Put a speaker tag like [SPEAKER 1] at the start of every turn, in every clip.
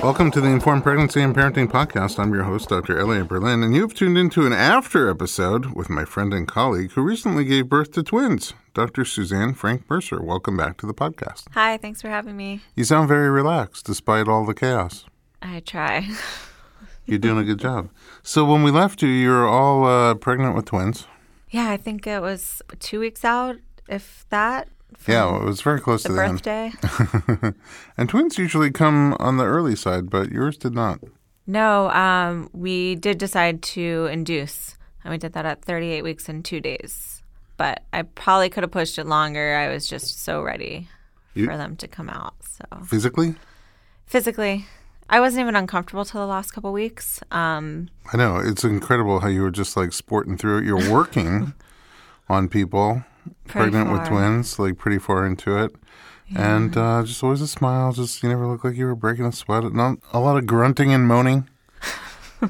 [SPEAKER 1] Welcome to the Informed Pregnancy and Parenting Podcast. I'm your host, Dr. Elliot Berlin, and you've tuned into an after episode with my friend and colleague who recently gave birth to twins, Dr. Suzanne Frank Mercer. Welcome back to the podcast.
[SPEAKER 2] Hi, thanks for having me.
[SPEAKER 1] You sound very relaxed despite all the chaos.
[SPEAKER 2] I try.
[SPEAKER 1] You're doing a good job. So, when we left you, you were all uh, pregnant with twins.
[SPEAKER 2] yeah, I think it was two weeks out, if that. from
[SPEAKER 1] Yeah, well, it was very close
[SPEAKER 2] The
[SPEAKER 1] to the end.
[SPEAKER 2] birthday?
[SPEAKER 1] and twins usually come on the early side, but yours did not.
[SPEAKER 2] no, um, we did decide to induce, and we did that at 38 weeks and two days. But I probably could have pushed it longer. I was just so ready
[SPEAKER 1] You-
[SPEAKER 2] for them to come out. So
[SPEAKER 1] Physically?
[SPEAKER 2] physically, I wasn't even uncomfortable till the last couple weeks. Um,
[SPEAKER 1] I know. It's incredible how you were just like sporting through it. You're working on people
[SPEAKER 2] Pretty
[SPEAKER 1] pregnant with
[SPEAKER 2] far.
[SPEAKER 1] twins, like pretty far into it. And uh, just always a smile. Just you never looked like you were breaking a sweat. Not a lot of grunting and moaning,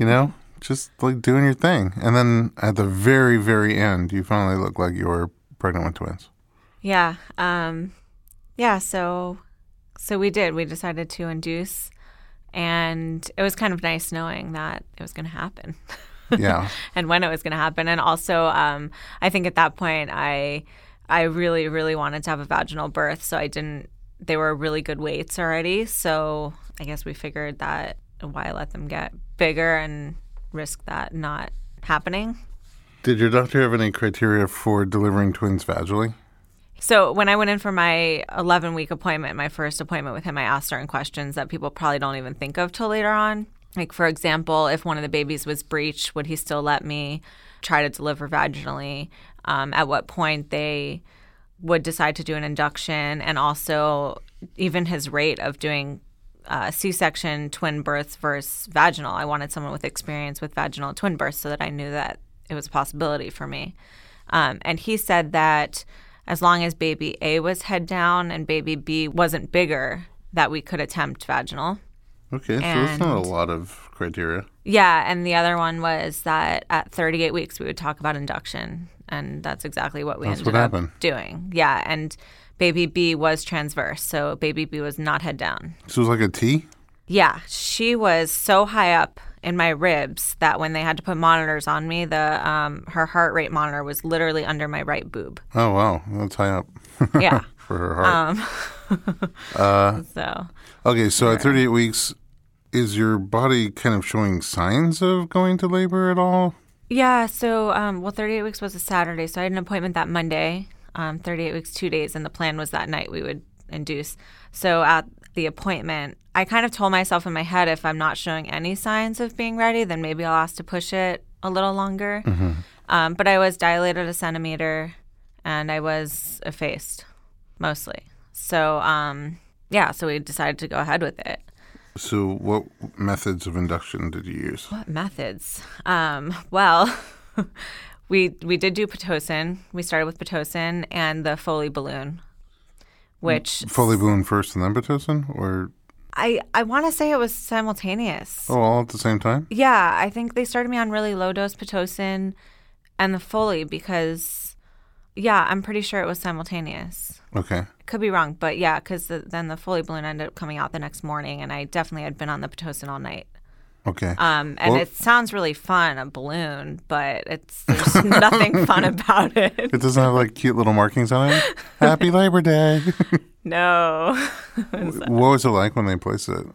[SPEAKER 1] you know? just like doing your thing. And then at the very, very end, you finally look like you were pregnant with twins.
[SPEAKER 2] Yeah. Um, yeah. So, so we did. We decided to induce, and it was kind of nice knowing that it was going to happen,
[SPEAKER 1] Yeah.
[SPEAKER 2] and when it was going to happen, and also, um, I think at that point, I, I really, really wanted to have a vaginal birth, so I didn't. They were really good weights already, so I guess we figured that why let them get bigger and risk that not happening.
[SPEAKER 1] Did your doctor have any criteria for delivering twins vaginally?
[SPEAKER 2] So when I went in for my 11 week appointment, my first appointment with him, I asked certain questions that people probably don't even think of till later on. Like for example, if one of the babies was breech, would he still let me try to deliver vaginally? Um, at what point they would decide to do an induction, and also even his rate of doing uh, C-section twin births versus vaginal. I wanted someone with experience with vaginal twin births so that I knew that it was a possibility for me. Um, and he said that as long as baby A was head down and baby B wasn't bigger, that we could attempt vaginal.
[SPEAKER 1] Okay, so that's not a
[SPEAKER 2] And-
[SPEAKER 1] lot of criteria.
[SPEAKER 2] Yeah, and the other one was that at 38 weeks we would talk about induction, and that's exactly what we
[SPEAKER 1] That's
[SPEAKER 2] ended
[SPEAKER 1] what
[SPEAKER 2] up
[SPEAKER 1] happened.
[SPEAKER 2] doing. Yeah, and baby B was transverse, so baby B was not head down.
[SPEAKER 1] So it was like a T?
[SPEAKER 2] Yeah, she was so high up in my ribs that when they had to put monitors on me, the um, her heart rate monitor was literally under my right boob.
[SPEAKER 1] Oh, wow. That's high up
[SPEAKER 2] Yeah.
[SPEAKER 1] for her heart.
[SPEAKER 2] so
[SPEAKER 1] okay, so at 38 weeks, is your body kind of showing signs of going to labor at all?
[SPEAKER 2] yeah, so um, well, 38 weeks was a Saturday, so I had an appointment that Monday. Um, 38 weeks, two days, and the plan was that night we would induce. So at the appointment, I kind of told myself in my head, if I'm not showing any signs of being ready, then maybe I'll ask to push it a little longer. Um, but I was dilated a centimeter, and I was effaced mostly. So um, yeah, so we decided to go ahead with it.
[SPEAKER 1] So, what methods of induction did you use?
[SPEAKER 2] What methods? Um, well, we we did do pitocin. We started with pitocin and the Foley balloon, which
[SPEAKER 1] Fully balloon first and then Pitocin? Or
[SPEAKER 2] I I want to say it was simultaneous.
[SPEAKER 1] oh, all at the same time?
[SPEAKER 2] Yeah, I think they started me on really low dose pitocin and the Foley because, yeah, I'm pretty sure it was simultaneous.
[SPEAKER 1] Okay.
[SPEAKER 2] Could be wrong, but yeah, because the, then the Foley balloon ended up coming out the next morning, and I definitely had been on the pitocin all night.
[SPEAKER 1] Okay.
[SPEAKER 2] Um, and
[SPEAKER 1] Well-
[SPEAKER 2] it sounds really fun, a balloon, but it's there's nothing fun about it.
[SPEAKER 1] it doesn't have like cute little markings on it. Happy Labor Day.
[SPEAKER 2] No.
[SPEAKER 1] what was it like when they placed it?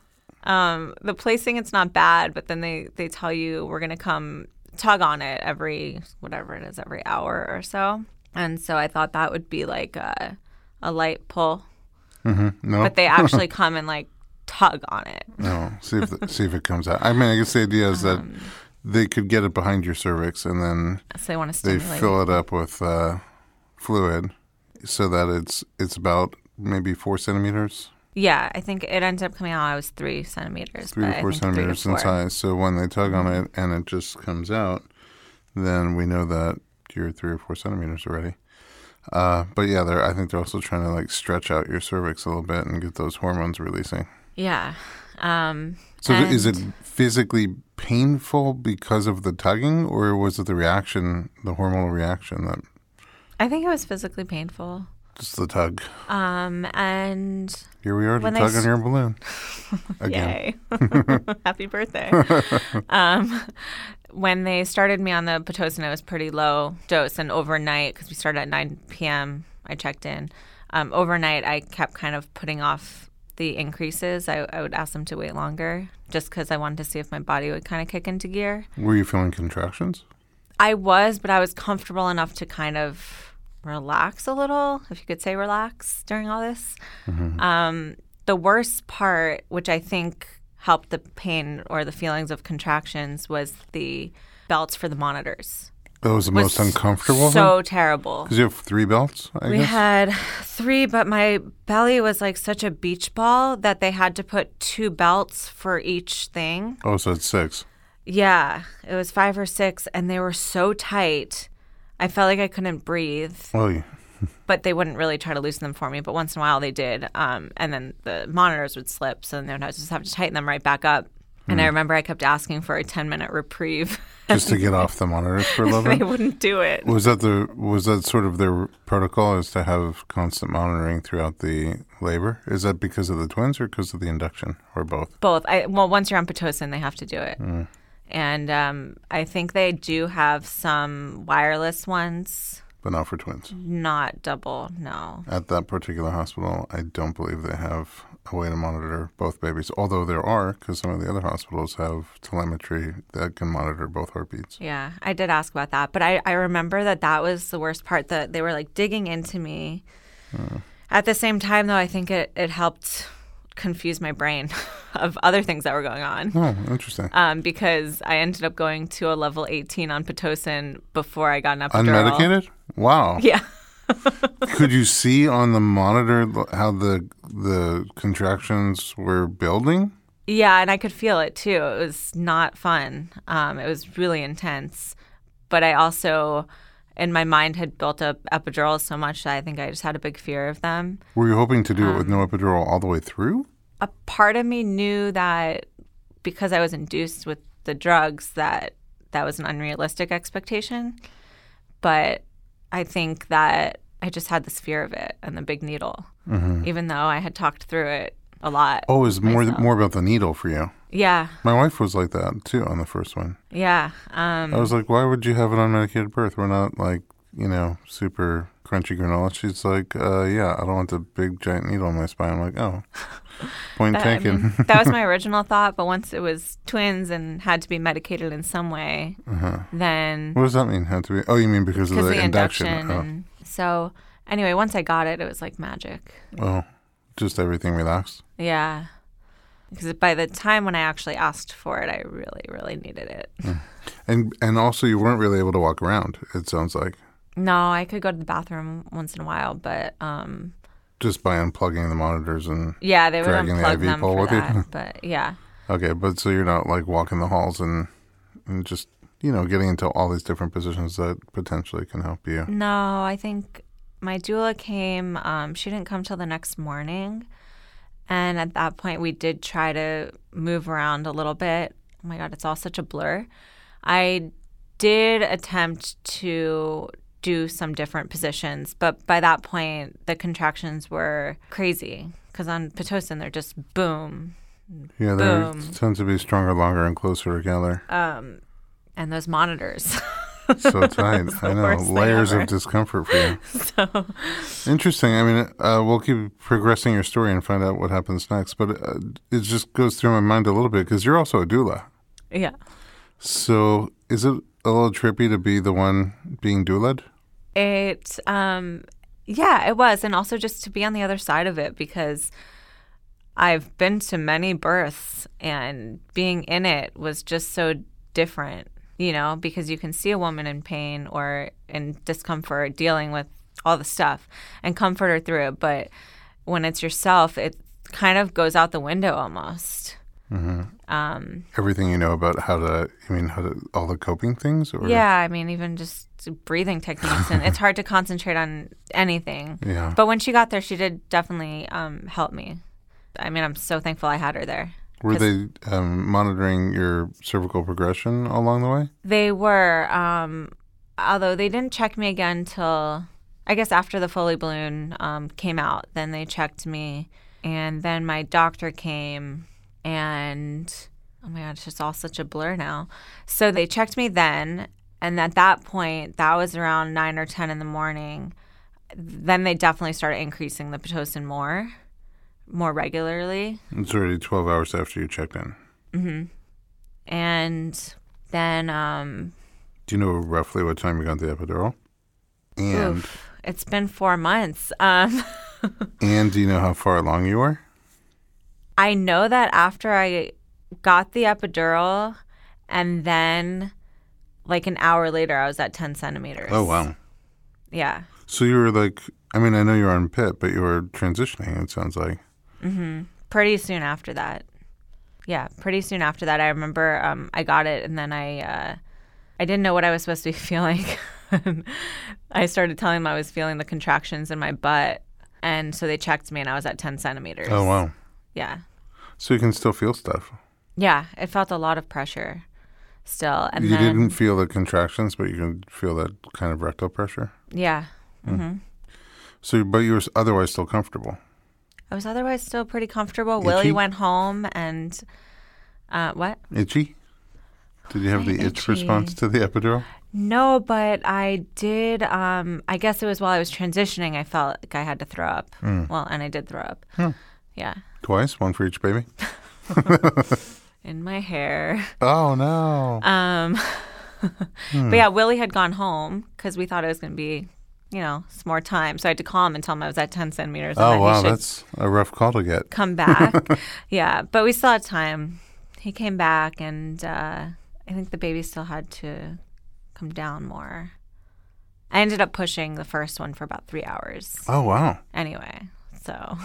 [SPEAKER 2] Um, the placing it's not bad, but then they, they tell you we're gonna come tug on it every whatever it is, every hour or so. And so I thought that would be like a, a light pull.
[SPEAKER 1] No.
[SPEAKER 2] But they actually come and like tug on it.
[SPEAKER 1] No, see if see if it comes out. I mean, I guess the idea is that
[SPEAKER 2] Um,
[SPEAKER 1] they could get it behind your cervix, and then
[SPEAKER 2] So they wanna
[SPEAKER 1] they
[SPEAKER 2] stimulate.
[SPEAKER 1] fill it up with uh, fluid, so that it's it's about maybe four centimeters,
[SPEAKER 2] yeah, I think it ends up coming out I was three centimeters.
[SPEAKER 1] three or
[SPEAKER 2] but I
[SPEAKER 1] four
[SPEAKER 2] think three to
[SPEAKER 1] centimeters in
[SPEAKER 2] four. Mm-hmm.
[SPEAKER 1] size. So when they tug on it and it just comes out, then we know that you're three or four centimeters already. Uh, but yeah, they're I think they're also trying to like stretch out your cervix a little bit and get those hormones releasing.
[SPEAKER 2] Yeah. Um
[SPEAKER 1] So th- is it
[SPEAKER 2] and-
[SPEAKER 1] physically painful because of the tugging, or was it the reaction, the hormonal reaction that?
[SPEAKER 2] I think it was physically painful.
[SPEAKER 1] Just the tug.
[SPEAKER 2] Um, and
[SPEAKER 1] Here we are to
[SPEAKER 2] When they
[SPEAKER 1] tug on
[SPEAKER 2] s-
[SPEAKER 1] your balloon. Again.
[SPEAKER 2] yay, happy birthday. um, when they started me on the Pitocin, it was pretty low dose, and overnight, because we started at 9 p.m., I checked in. Um, overnight, I kept kind of putting off the increases. I, I would ask them to wait longer just because I wanted to see if my body would kind of kick into gear.
[SPEAKER 1] Were you feeling contractions?
[SPEAKER 2] I was, but I was comfortable enough to kind of relax a little, if you could say relax during all this.
[SPEAKER 1] Mm-hmm.
[SPEAKER 2] Um, the worst part, which I think helped the pain or the feelings of contractions, was the belts for the monitors.
[SPEAKER 1] That was the most uncomfortable.
[SPEAKER 2] So terrible.
[SPEAKER 1] Because you have three belts, I
[SPEAKER 2] We
[SPEAKER 1] guess.
[SPEAKER 2] had three, but my belly was like such a beach ball that they had to put two belts for each thing.
[SPEAKER 1] oh, so it's six.
[SPEAKER 2] Yeah, it was five or six, and they were so tight. I felt like I couldn't breathe,
[SPEAKER 1] Well, you-
[SPEAKER 2] but they wouldn't really try to loosen them for me. But once in a while, they did. Um, and then the monitors would slip, so then I would just have to tighten them right back up. And I remember I kept asking for a ten minute reprieve.
[SPEAKER 1] just to get off the monitors for a little
[SPEAKER 2] they
[SPEAKER 1] bit.
[SPEAKER 2] wouldn't do it.
[SPEAKER 1] Was that the was that sort of their protocol is to have constant monitoring throughout the labor? Is that because of the twins or because of the induction or both?
[SPEAKER 2] Both. I, well, once you're on pitocin, they have to do it. And um, I think they do have some wireless ones,
[SPEAKER 1] But not for twins.
[SPEAKER 2] not double. No.
[SPEAKER 1] At that particular hospital, I don't believe they have a way to monitor both babies. Although there are, because some of the other hospitals have telemetry that can monitor both heartbeats.
[SPEAKER 2] Yeah, I did ask about that, but I, I remember that that was the worst part that they were like digging into me. At the same time, though, I think it, it helped confuse my brain of other things that were going on
[SPEAKER 1] Oh, interesting.
[SPEAKER 2] um, because I ended up going to a level 18 on Pitocin before I got an epidural.
[SPEAKER 1] Unmedicated? Wow.
[SPEAKER 2] Yeah.
[SPEAKER 1] Could you see on the monitor l- how the the contractions were building?
[SPEAKER 2] Yeah, and I could feel it too. It was not fun. Um, it was really intense. But I also, in my mind, had built up epidurals so much that I think I just had a big fear of them.
[SPEAKER 1] Were you hoping to do it with
[SPEAKER 2] Um,
[SPEAKER 1] no epidural all the way through?
[SPEAKER 2] a part of me knew that because I was induced with the drugs that that was an unrealistic expectation, but I think that I just had this fear of it and the big needle, even though I had talked through it a lot.
[SPEAKER 1] Mm-hmm. Oh, it was more more about the needle for you.
[SPEAKER 2] Yeah,
[SPEAKER 1] My wife was like that too on the first one.
[SPEAKER 2] yeah, um,
[SPEAKER 1] I was like, why would you have an unmedicated birth? We're not like you know super crunchy granola. She's like, uh, yeah, I don't want the big giant needle in my spine. I'm like, oh, point
[SPEAKER 2] that, I
[SPEAKER 1] taken.
[SPEAKER 2] mean, that was my original thought. But once it was twins and had to be medicated in some way, then
[SPEAKER 1] what does that mean? Had to be? Oh, you mean because of
[SPEAKER 2] because
[SPEAKER 1] Uh-huh. the,
[SPEAKER 2] the, induction,
[SPEAKER 1] induction? uh-huh. Oh.
[SPEAKER 2] and so anyway, once I got it, it was like magic.
[SPEAKER 1] Oh, well, just everything relaxed.
[SPEAKER 2] Yeah. Because by the time when I actually asked for it, I really, really needed it.
[SPEAKER 1] Mm. And and also you weren't really able to walk around. It sounds like
[SPEAKER 2] No, I could go to the bathroom once in a while, but um,
[SPEAKER 1] just by unplugging the monitors and
[SPEAKER 2] yeah, they would
[SPEAKER 1] Dragging the
[SPEAKER 2] unplug
[SPEAKER 1] IV
[SPEAKER 2] them
[SPEAKER 1] pole
[SPEAKER 2] for
[SPEAKER 1] with you?
[SPEAKER 2] that. But yeah,
[SPEAKER 1] okay, but so you're not like walking the halls and and just you know getting into all these different positions that potentially can help you.
[SPEAKER 2] no, I think my doula came. Um, she didn't come till the next morning, and at that point, we did try to move around a little bit. Oh my god, it's all such a blur. I did attempt to do some different positions, but by that point, the contractions were crazy because on Pitocin, they're just boom.
[SPEAKER 1] Yeah, they are-
[SPEAKER 2] Boom.
[SPEAKER 1] tend to be stronger, longer, and closer together.
[SPEAKER 2] Um, and those monitors.
[SPEAKER 1] So tight. I know
[SPEAKER 2] worst thing
[SPEAKER 1] layers
[SPEAKER 2] ever.
[SPEAKER 1] of discomfort for you.
[SPEAKER 2] so,
[SPEAKER 1] Interesting. I mean, uh, we'll keep progressing your story and find out what happens next. But uh, it just goes through my mind a little bit because you're also a doula.
[SPEAKER 2] yeah.
[SPEAKER 1] So is it a little trippy to be the one being doula?
[SPEAKER 2] It, um, yeah, it was, and also just to be on the other side of it because I've been to many births, and being in it was just so different, you know, because you can see a woman in pain or in discomfort, dealing with all the stuff, and comfort her through it. But when it's yourself, it kind of goes out the window almost. Um,
[SPEAKER 1] everything you know about how to i mean how to all the coping things or
[SPEAKER 2] Yeah, I mean, even just breathing techniques, and it's hard to concentrate on anything.
[SPEAKER 1] Yeah.
[SPEAKER 2] But when she got there, she did definitely um, help me. I mean, I'm so thankful I had her there.
[SPEAKER 1] were they um, monitoring your cervical progression along the way
[SPEAKER 2] They were, um, although they didn't check me again till I guess after the Foley balloon um, came out, then they checked me. And then my doctor came and oh my gosh, it's all such a blur now. So they checked me then. And at that point, that was around nine or 10 in the morning. Then they definitely started increasing the Pitocin more, more regularly.
[SPEAKER 1] It's already 12 hours after you checked in.
[SPEAKER 2] And then um,
[SPEAKER 1] Do you know roughly what time you got the epidural? And
[SPEAKER 2] oof, it's been four months. Um,
[SPEAKER 1] and do you know how far along you were?
[SPEAKER 2] I know that after I got the epidural and then like an hour later I was at 10 centimeters.
[SPEAKER 1] Oh wow.
[SPEAKER 2] Yeah.
[SPEAKER 1] So you were like I mean, I know you were on pit, but you were transitioning, it sounds like.
[SPEAKER 2] Pretty soon after that. Yeah, pretty soon after that I remember um, I got it and then I uh, I didn't know what I was supposed to be feeling. I started telling them I was feeling the contractions in my butt and so they checked me and I was at 10 centimeters.
[SPEAKER 1] Oh wow.
[SPEAKER 2] Yeah.
[SPEAKER 1] So you can still feel stuff.
[SPEAKER 2] Yeah, it felt a lot of pressure still. And
[SPEAKER 1] You
[SPEAKER 2] then,
[SPEAKER 1] didn't feel the contractions, but you can feel that kind of rectal pressure.
[SPEAKER 2] Yeah.
[SPEAKER 1] So, but you were otherwise still comfortable.
[SPEAKER 2] I was otherwise still pretty comfortable. Willie
[SPEAKER 1] Itchy?
[SPEAKER 2] went home and uh, what?
[SPEAKER 1] Itchy? Did you have the itch
[SPEAKER 2] itchy.
[SPEAKER 1] response to the epidural?
[SPEAKER 2] No, but I did. Um, I guess it was while I was transitioning. I felt like I had to throw up.
[SPEAKER 1] Hmm.
[SPEAKER 2] Well, and I did throw up. Yeah,
[SPEAKER 1] Twice, one for each baby.
[SPEAKER 2] in my hair.
[SPEAKER 1] Oh no!
[SPEAKER 2] Um,
[SPEAKER 1] Hmm.
[SPEAKER 2] But yeah, Willie had gone home because we thought it was going to be, you know, some more time. So I had to call him and tell him I was at ten centimeters. and
[SPEAKER 1] oh
[SPEAKER 2] that he
[SPEAKER 1] wow,
[SPEAKER 2] should
[SPEAKER 1] that's a rough call to get.
[SPEAKER 2] come back. yeah, but we still had time. He came back, and uh, I think the baby still had to come down more. I ended up pushing the first one for about three hours
[SPEAKER 1] Oh wow,
[SPEAKER 2] anyway. So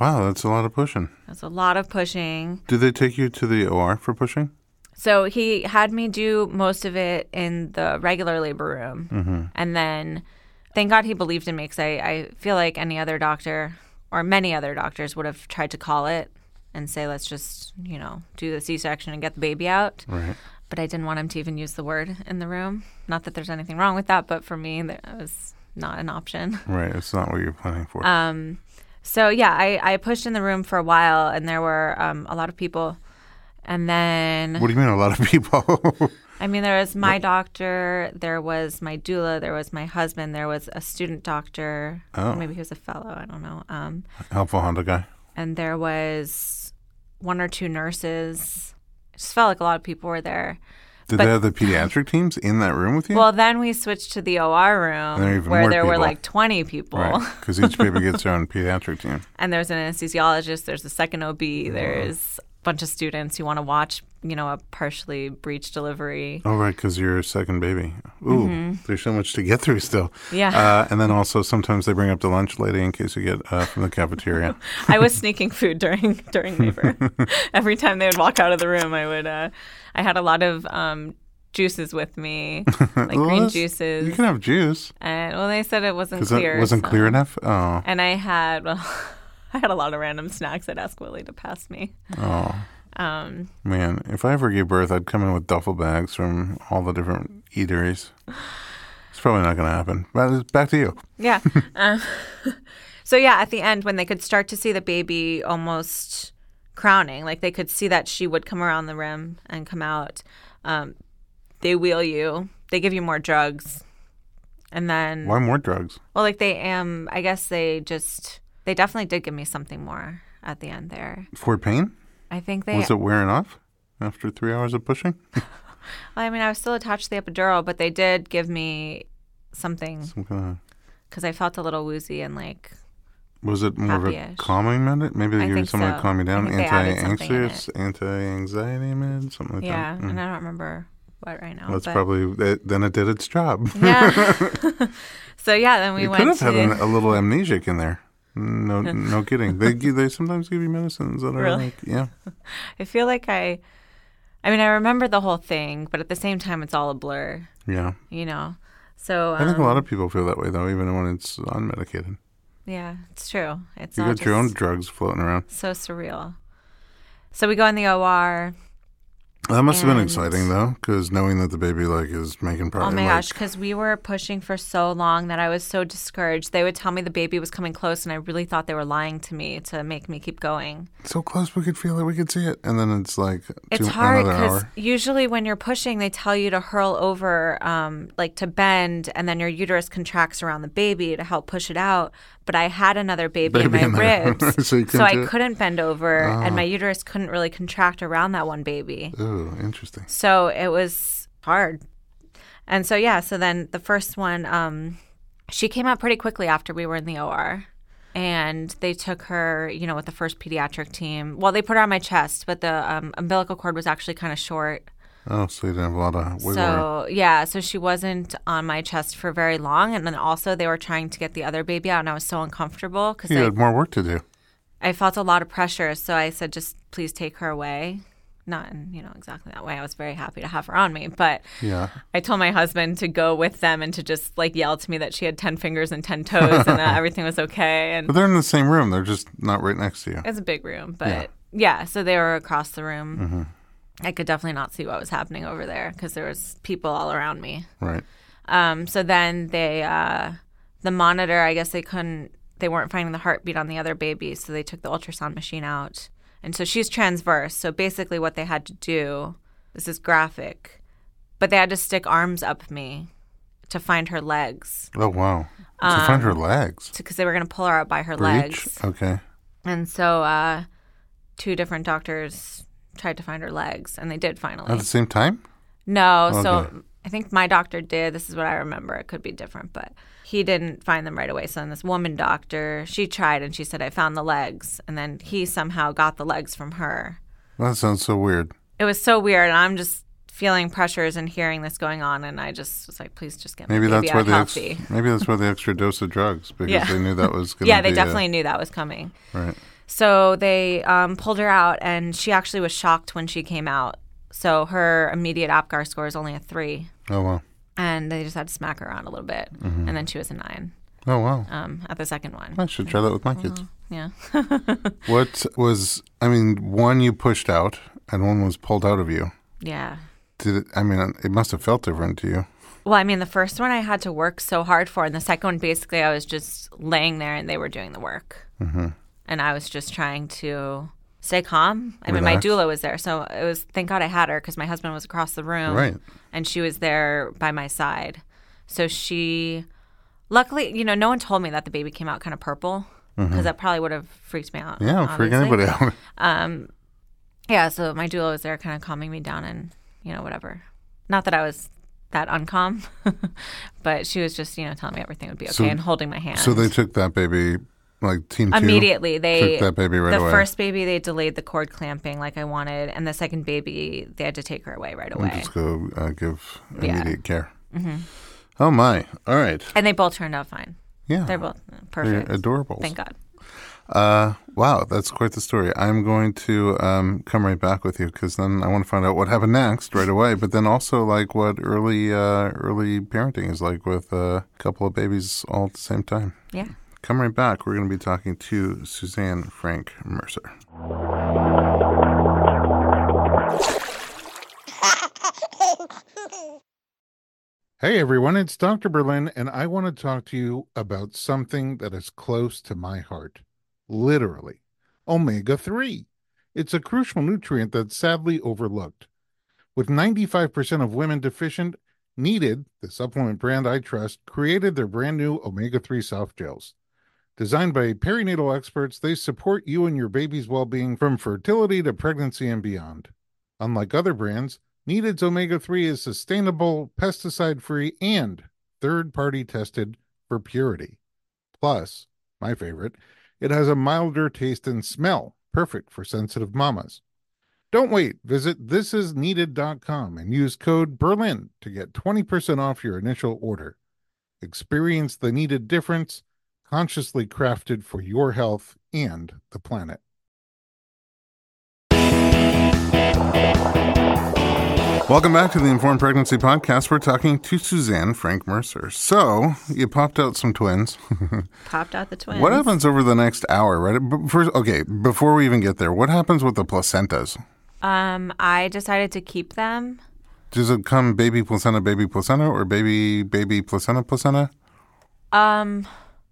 [SPEAKER 1] wow, that's a lot of pushing.
[SPEAKER 2] it was a lot of pushing.
[SPEAKER 1] Did they take you to the OR for pushing?
[SPEAKER 2] So he had me do most of it in the regular labor room. And then thank God he believed in me because I, I feel like any other doctor or many other doctors would have tried to call it and say, let's just, you know, do the C section and get the baby out.
[SPEAKER 1] Right.
[SPEAKER 2] But I didn't want him to even use the word in the room. Not that there's anything wrong with that, but for me, that was not an option.
[SPEAKER 1] Right. It's not what you're planning for.
[SPEAKER 2] Um, so yeah, I, I pushed in the room for a while, and there were um, a lot of people. And then,
[SPEAKER 1] what do you mean? A lot of people.
[SPEAKER 2] I mean, there was my doctor, there was my doula, there was my husband, there was a student doctor.
[SPEAKER 1] Oh.
[SPEAKER 2] Maybe he was a fellow. I don't know. Um,
[SPEAKER 1] Helpful Honda guy.
[SPEAKER 2] and there was one or two nurses. It just felt like a lot of people were there.
[SPEAKER 1] Did they have the pediatric teams in that room with you?
[SPEAKER 2] Well, then we switched to the OR room
[SPEAKER 1] There are even
[SPEAKER 2] where
[SPEAKER 1] more
[SPEAKER 2] there were
[SPEAKER 1] people.
[SPEAKER 2] like 20 people.
[SPEAKER 1] right. Because each baby gets their own pediatric team.
[SPEAKER 2] and there's an anesthesiologist, there's a second OB, there's a bunch of students who want to watch, you know, a partially breech delivery.
[SPEAKER 1] Oh, right, because you're a second baby. Ooh, there's so much to get through still.
[SPEAKER 2] Mm-hmm. Yeah.
[SPEAKER 1] Uh, and then also sometimes they bring up the lunch lady in case you get uh, from the cafeteria.
[SPEAKER 2] I was sneaking food during during labor. Every time they would walk out of the room, I would uh, I had a lot of um, juices with me, like
[SPEAKER 1] Well,
[SPEAKER 2] green
[SPEAKER 1] that's- You
[SPEAKER 2] juices.
[SPEAKER 1] can have juice.
[SPEAKER 2] And well, they said it wasn't
[SPEAKER 1] Is that-
[SPEAKER 2] clear.
[SPEAKER 1] wasn't
[SPEAKER 2] so-
[SPEAKER 1] clear enough? Oh,
[SPEAKER 2] And I had well, I had a lot of random snacks. I'd ask Willie to pass me.
[SPEAKER 1] oh,
[SPEAKER 2] Um,
[SPEAKER 1] man. If I ever gave birth, I'd come in with duffel bags from all the different eateries. It's probably not going to happen. But it's back to you.
[SPEAKER 2] Yeah. um, so yeah, at the end when they could start to see the baby almost crowning, like they could see that she would come around the rim and come out. Um, they wheel you. They give you more drugs, and then
[SPEAKER 1] Why more drugs?
[SPEAKER 2] well, like they am. I guess they just they definitely did give me something more at the end there.
[SPEAKER 1] For pain?
[SPEAKER 2] I think they.
[SPEAKER 1] Was it wearing off after three hours of pushing?
[SPEAKER 2] I mean, I was still attached to the epidural, but they did give me something
[SPEAKER 1] Some kind of-
[SPEAKER 2] because I felt a little woozy and like
[SPEAKER 1] Was it more of a
[SPEAKER 2] Happy-ish.
[SPEAKER 1] calming med? Maybe
[SPEAKER 2] I
[SPEAKER 1] they gave you
[SPEAKER 2] think
[SPEAKER 1] something
[SPEAKER 2] so.
[SPEAKER 1] to calm you
[SPEAKER 2] I
[SPEAKER 1] down,
[SPEAKER 2] think they added something in
[SPEAKER 1] anti-anxious, anti-anxiety med, something like
[SPEAKER 2] yeah,
[SPEAKER 1] that. Mm.
[SPEAKER 2] and I don't remember what right now.
[SPEAKER 1] That's
[SPEAKER 2] but-
[SPEAKER 1] probably that, then it did its job.
[SPEAKER 2] Yeah. so yeah, then we
[SPEAKER 1] you
[SPEAKER 2] went
[SPEAKER 1] could have
[SPEAKER 2] to
[SPEAKER 1] had an, a little amnesiac in there. No, no kidding. They gi- they sometimes give you medicines that are
[SPEAKER 2] Really?
[SPEAKER 1] like yeah.
[SPEAKER 2] I feel like I I mean, I remember the whole thing, but at the same time it's all a blur,
[SPEAKER 1] Yeah,
[SPEAKER 2] you know. So um,
[SPEAKER 1] I think a lot of people feel that way though, even when it's unmedicated.
[SPEAKER 2] yeah, it's true. It's
[SPEAKER 1] You
[SPEAKER 2] all
[SPEAKER 1] got your own
[SPEAKER 2] just
[SPEAKER 1] drugs floating around.
[SPEAKER 2] so surreal. So we go in the OR.
[SPEAKER 1] That must have been
[SPEAKER 2] And-
[SPEAKER 1] exciting though, because knowing that the baby like is making progress.
[SPEAKER 2] Oh my gosh, because we were pushing for so long that I was so discouraged. They would tell me the baby was coming close, and I really thought they were lying to me to make me keep going.
[SPEAKER 1] so close we could feel it, we could see it, and then it's like
[SPEAKER 2] It's
[SPEAKER 1] two-
[SPEAKER 2] hard
[SPEAKER 1] another
[SPEAKER 2] because
[SPEAKER 1] hour.
[SPEAKER 2] usually when you're pushing, they tell you to hurl over, um, like to bend, and then your uterus contracts around the baby to help push it out. But I had another baby,
[SPEAKER 1] Baby
[SPEAKER 2] in
[SPEAKER 1] in
[SPEAKER 2] my
[SPEAKER 1] there.
[SPEAKER 2] ribs,
[SPEAKER 1] So you couldn't do
[SPEAKER 2] I
[SPEAKER 1] it? Ah.
[SPEAKER 2] couldn't bend over, and my uterus couldn't really contract around that one baby.
[SPEAKER 1] Ooh, interesting.
[SPEAKER 2] So it was hard. And so yeah, so then the first one, um, she came out pretty quickly after we were in the OR. And they took her, you know, with the first pediatric team. Well, they put her on my chest, but the um, umbilical cord was actually kind of short.
[SPEAKER 1] Oh, so you didn't have a lot of wiggle room.
[SPEAKER 2] So, yeah, so she wasn't on my chest for very long. And then also, they were trying to get the other baby out, and I was so uncomfortable because
[SPEAKER 1] You had more work to do.
[SPEAKER 2] I felt a lot of pressure, so I said, just please take her away. Not in, you know, exactly that way. I was very happy to have her on me, but
[SPEAKER 1] Yeah.
[SPEAKER 2] I told my husband to go with them and to just like yell to me that she had 10 fingers and 10 toes and that everything was okay.
[SPEAKER 1] But
[SPEAKER 2] And
[SPEAKER 1] they're in the same room. They're just not right next to you.
[SPEAKER 2] it's a big room, but yeah, so they were across the room. I could definitely not see what was happening over there because there was people all around me.
[SPEAKER 1] Right.
[SPEAKER 2] Um, so then they, uh, the monitor, I guess they couldn't, they weren't finding the heartbeat on the other baby, so they took the ultrasound machine out. And so she's transverse. So basically, what they had to do, this is graphic, but they had to stick arms up me to find her legs
[SPEAKER 1] Oh wow. to find her legs.
[SPEAKER 2] because they were going to pull her out by her
[SPEAKER 1] Breach.
[SPEAKER 2] Um, legs.
[SPEAKER 1] Okay.
[SPEAKER 2] And so uh, two different doctors tried to find her legs, and they did finally.
[SPEAKER 1] At the same time.
[SPEAKER 2] No,
[SPEAKER 1] Okay.
[SPEAKER 2] so I think my doctor did. This is what I remember. It could be different, but he didn't find them right away. So then this woman doctor, she tried and she said, I found the legs. And then he somehow got the legs from her.
[SPEAKER 1] That sounds so weird.
[SPEAKER 2] It was so weird. And I'm just feeling pressures and hearing this going on. And I just was like, please just get my
[SPEAKER 1] Maybe
[SPEAKER 2] baby
[SPEAKER 1] that's why
[SPEAKER 2] out
[SPEAKER 1] the ex-
[SPEAKER 2] healthy.
[SPEAKER 1] maybe that's why the extra dose of drugs because
[SPEAKER 2] Yeah.
[SPEAKER 1] they knew that was going.
[SPEAKER 2] yeah, they definitely knew that was coming.
[SPEAKER 1] right.
[SPEAKER 2] So they um, pulled her out, and she actually was shocked when she came out. So her immediate APGAR score is only a three.
[SPEAKER 1] Oh wow.
[SPEAKER 2] and they just had to smack her around a little bit,
[SPEAKER 1] Mm-hmm.
[SPEAKER 2] and then she was a nine
[SPEAKER 1] Oh wow.
[SPEAKER 2] um, at the second one.
[SPEAKER 1] I should try that with my kids.
[SPEAKER 2] Yeah,
[SPEAKER 1] What was I mean? One you pushed out, and one was pulled out of you.
[SPEAKER 2] yeah.
[SPEAKER 1] Did it? I mean, it must have felt different to you.
[SPEAKER 2] Well, I mean, the first one I had to work so hard for, and the second one basically I was just laying there and they were doing the work, mm-hmm. and I was just trying to stay calm. I mean, my
[SPEAKER 1] Relax.
[SPEAKER 2] doula was there, so it was thank God I had her because my husband was across the room,
[SPEAKER 1] Right.
[SPEAKER 2] and she was there by my side. So she, luckily, you know, no one told me that the baby came out kind of purple because that probably would have freaked me out.
[SPEAKER 1] Mm-hmm. Yeah, freak
[SPEAKER 2] obviously.
[SPEAKER 1] anybody out.
[SPEAKER 2] yeah, so my doula was there kind of calming me down and, you know, whatever. Not that I was that uncalm, but she was just, you know, telling me everything would be okay
[SPEAKER 1] So-
[SPEAKER 2] and holding my hand.
[SPEAKER 1] So they took that baby, like team two.
[SPEAKER 2] immediately they
[SPEAKER 1] took that baby right
[SPEAKER 2] the
[SPEAKER 1] away.
[SPEAKER 2] first baby they delayed the cord clamping like I wanted, and the second baby they had to take her away right away.
[SPEAKER 1] And just go uh, give
[SPEAKER 2] Yeah. Mm-hmm.
[SPEAKER 1] immediate care. Oh my! All right.
[SPEAKER 2] and they both turned out fine.
[SPEAKER 1] Yeah.
[SPEAKER 2] They're both uh,
[SPEAKER 1] They're
[SPEAKER 2] perfect.
[SPEAKER 1] adorable.
[SPEAKER 2] Thank God.
[SPEAKER 1] Uh, wow, that's quite the story. I'm going to um, come right back with you because then I want to find out what happened next right away. But then also like what early uh, early parenting is like with uh, a couple of babies all at the same time.
[SPEAKER 2] Yeah.
[SPEAKER 1] Come right back. We're going to be talking to Suzanne Frank Mercer. Hey everyone, it's Dr. Berlin, and I want to talk to you about something that is close to my heart literally omega 3. It's a crucial nutrient that's sadly overlooked. With 95% of women deficient, Needed, the supplement brand I trust, created their brand new omega 3 soft gels. Designed by perinatal experts, they support you and your baby's well being from fertility to pregnancy and beyond. Unlike other brands, Needed's omega 3 is sustainable, pesticide free, and third party tested for purity. Plus, my favorite, it has a milder taste and smell, perfect for sensitive mamas. Don't wait. Visit thisisneeded.com and use code Berlin to get 20% off your initial order. Experience the needed difference, consciously crafted for your health and the planet. Welcome back to the Informed Pregnancy Podcast. We're talking to Suzanne Frank Mercer. So, you popped out some twins.
[SPEAKER 2] Popped out the twins.
[SPEAKER 1] What happens over the next hour, right? B- First, okay, before we even get there, what happens with the placentas?
[SPEAKER 2] Um, I decided to keep them.
[SPEAKER 1] Does it come baby placenta, baby placenta, or baby, baby placenta, placenta?
[SPEAKER 2] Um,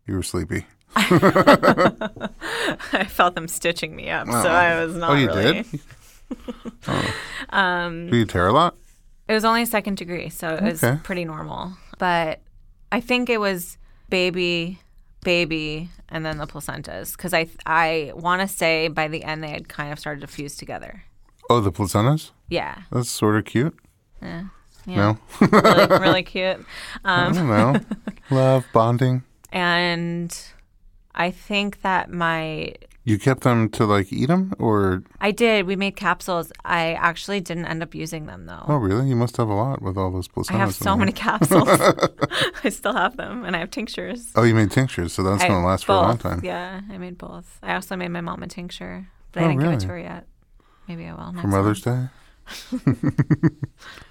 [SPEAKER 1] You were sleepy.
[SPEAKER 2] I felt them stitching me up, so
[SPEAKER 1] Oh.
[SPEAKER 2] I was not
[SPEAKER 1] oh, you
[SPEAKER 2] really.
[SPEAKER 1] did? um, Do you tear a lot?
[SPEAKER 2] It was only second degree, so it was
[SPEAKER 1] Okay.
[SPEAKER 2] pretty normal. But I think it was baby, baby, and then the placentas because I I want to say by the end they had kind of started to fuse together.
[SPEAKER 1] Oh, the placentas?
[SPEAKER 2] Yeah,
[SPEAKER 1] That's sort of cute.
[SPEAKER 2] yeah. Um,
[SPEAKER 1] No?
[SPEAKER 2] really, really cute.
[SPEAKER 1] I don't know. Love, bonding.
[SPEAKER 2] And I think that my
[SPEAKER 1] You kept them to like eat them, or
[SPEAKER 2] I did. We made capsules. I actually didn't end up using them though.
[SPEAKER 1] oh, really? You must have a lot with all those placentas.
[SPEAKER 2] I have
[SPEAKER 1] in
[SPEAKER 2] so
[SPEAKER 1] there.
[SPEAKER 2] many capsules. I still have them, and I have tinctures.
[SPEAKER 1] Oh, you made tinctures, so that's
[SPEAKER 2] I-
[SPEAKER 1] going to last for a long
[SPEAKER 2] both.
[SPEAKER 1] time.
[SPEAKER 2] Yeah, I made both. I also made my mom a tincture, but I
[SPEAKER 1] Oh,
[SPEAKER 2] didn't give it
[SPEAKER 1] really?
[SPEAKER 2] to her yet. Maybe I will. Next
[SPEAKER 1] For Mother's
[SPEAKER 2] month.
[SPEAKER 1] Day,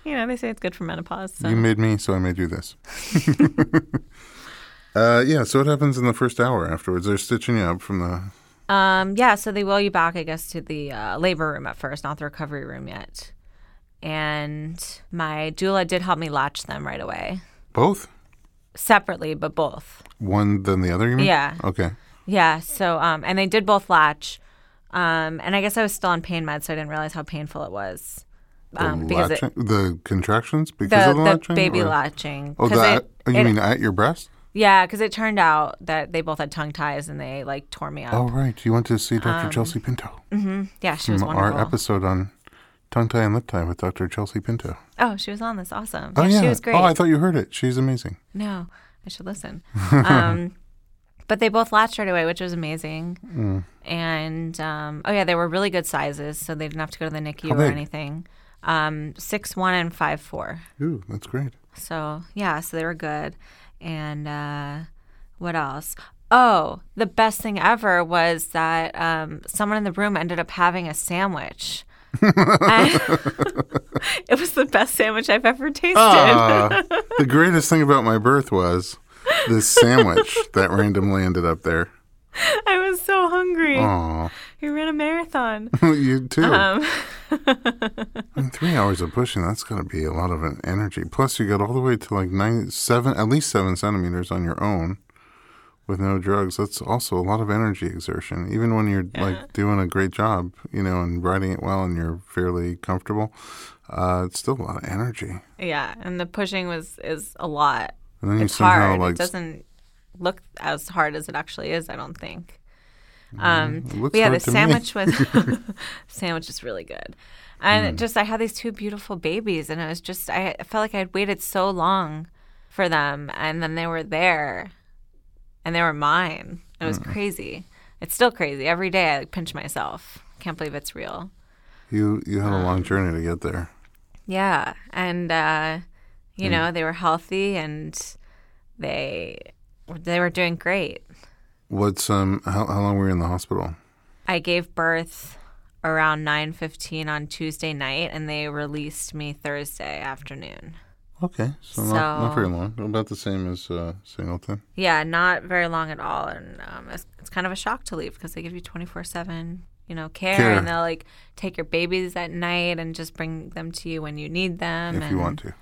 [SPEAKER 2] You know, they say it's good for menopause. So.
[SPEAKER 1] you made me, so I made you this. uh, yeah. So what happens in the first hour afterwards? They're stitching you up from the.
[SPEAKER 2] um, yeah, so they wheel you back, I guess, to the uh, labor room at first, not the recovery room yet. And my doula did help me latch them right away,
[SPEAKER 1] Both?
[SPEAKER 2] separately, but both.
[SPEAKER 1] One than the other, you mean?
[SPEAKER 2] Yeah.
[SPEAKER 1] Okay.
[SPEAKER 2] Yeah. So, um, and they did both latch. Um, and I guess I was still on pain meds, so I didn't realize how painful it was.
[SPEAKER 1] The,
[SPEAKER 2] Um, because it,
[SPEAKER 1] latching, the contractions because
[SPEAKER 2] the,
[SPEAKER 1] of the,
[SPEAKER 2] the
[SPEAKER 1] latching?
[SPEAKER 2] baby
[SPEAKER 1] or-
[SPEAKER 2] latching.
[SPEAKER 1] Oh,
[SPEAKER 2] 'Cause
[SPEAKER 1] that.
[SPEAKER 2] it-
[SPEAKER 1] oh, you
[SPEAKER 2] it-
[SPEAKER 1] mean at your breast?
[SPEAKER 2] Yeah, because it turned out that they both had tongue ties and they like tore me up.
[SPEAKER 1] Oh, right. You went to see Dr. Chelsea Pinto.
[SPEAKER 2] yeah, she was
[SPEAKER 1] from our
[SPEAKER 2] Um, mm, wonderful.
[SPEAKER 1] episode on tongue tie and lip tie with Dr. Chelsea Pinto.
[SPEAKER 2] oh, she was on this. Awesome.
[SPEAKER 1] Oh
[SPEAKER 2] yeah,
[SPEAKER 1] yeah.
[SPEAKER 2] she was great.
[SPEAKER 1] Oh, I thought you heard it. She's amazing.
[SPEAKER 2] no, I should listen. um, but they both latched right away, which was amazing.
[SPEAKER 1] Mm.
[SPEAKER 2] And um, oh yeah, they were really good sizes, so they didn't have to go to the NICU
[SPEAKER 1] How
[SPEAKER 2] or
[SPEAKER 1] big?
[SPEAKER 2] anything. Um, six one and five four.
[SPEAKER 1] Ooh, that's great.
[SPEAKER 2] So yeah, so they were good. And uh, what else? Oh, the best thing ever was that um, someone in the room ended up having a sandwich. And- it was the best sandwich I've ever tasted.
[SPEAKER 1] Ah, the greatest thing about my birth was this sandwich that randomly ended up there.
[SPEAKER 2] I was so hungry.
[SPEAKER 1] Oh,
[SPEAKER 2] We ran a marathon.
[SPEAKER 1] you too.
[SPEAKER 2] Um,
[SPEAKER 1] I mean, three hours of pushing, that's got to be a lot of an energy. Plus, you got all the way to like nine, seven, at least seven centimeters on your own with no drugs. That's also a lot of energy exertion. Even when you're like doing a great job, you know, and riding it well and you're fairly comfortable, uh, it's still a lot of energy.
[SPEAKER 2] yeah, and the pushing was is a lot.
[SPEAKER 1] And then you
[SPEAKER 2] It's
[SPEAKER 1] somehow
[SPEAKER 2] hard.
[SPEAKER 1] like
[SPEAKER 2] it doesn't look as hard as it actually is. I don't think. Um,
[SPEAKER 1] Mm, it looks
[SPEAKER 2] but yeah, the
[SPEAKER 1] hard to me.
[SPEAKER 2] sandwich was sandwich is really good,
[SPEAKER 1] Mm.
[SPEAKER 2] and just I had these two beautiful babies, and it was just I I felt like I had waited so long for them, and then they were there, and they were mine. It was
[SPEAKER 1] Mm.
[SPEAKER 2] crazy. It's still crazy. Every day I like, pinch myself. Can't believe it's real.
[SPEAKER 1] You you had a
[SPEAKER 2] Um,
[SPEAKER 1] long journey to get there.
[SPEAKER 2] Yeah, and uh,
[SPEAKER 1] Hmm.
[SPEAKER 2] you know they were healthy and they they were doing great.
[SPEAKER 1] What's um how, how long were you in the hospital?
[SPEAKER 2] I gave birth around 9:15 on Tuesday night and they released me Thursday afternoon.
[SPEAKER 1] Okay, so, not, not
[SPEAKER 2] So-
[SPEAKER 1] very long. About the same as uh, Singleton.
[SPEAKER 2] Yeah, not very long at all and um, it's, it's kind of a shock to leave because they give you 24/7, you know, care,
[SPEAKER 1] Care.
[SPEAKER 2] and they'll like take your babies at night and just bring them to you when you need them
[SPEAKER 1] If
[SPEAKER 2] and
[SPEAKER 1] you want to,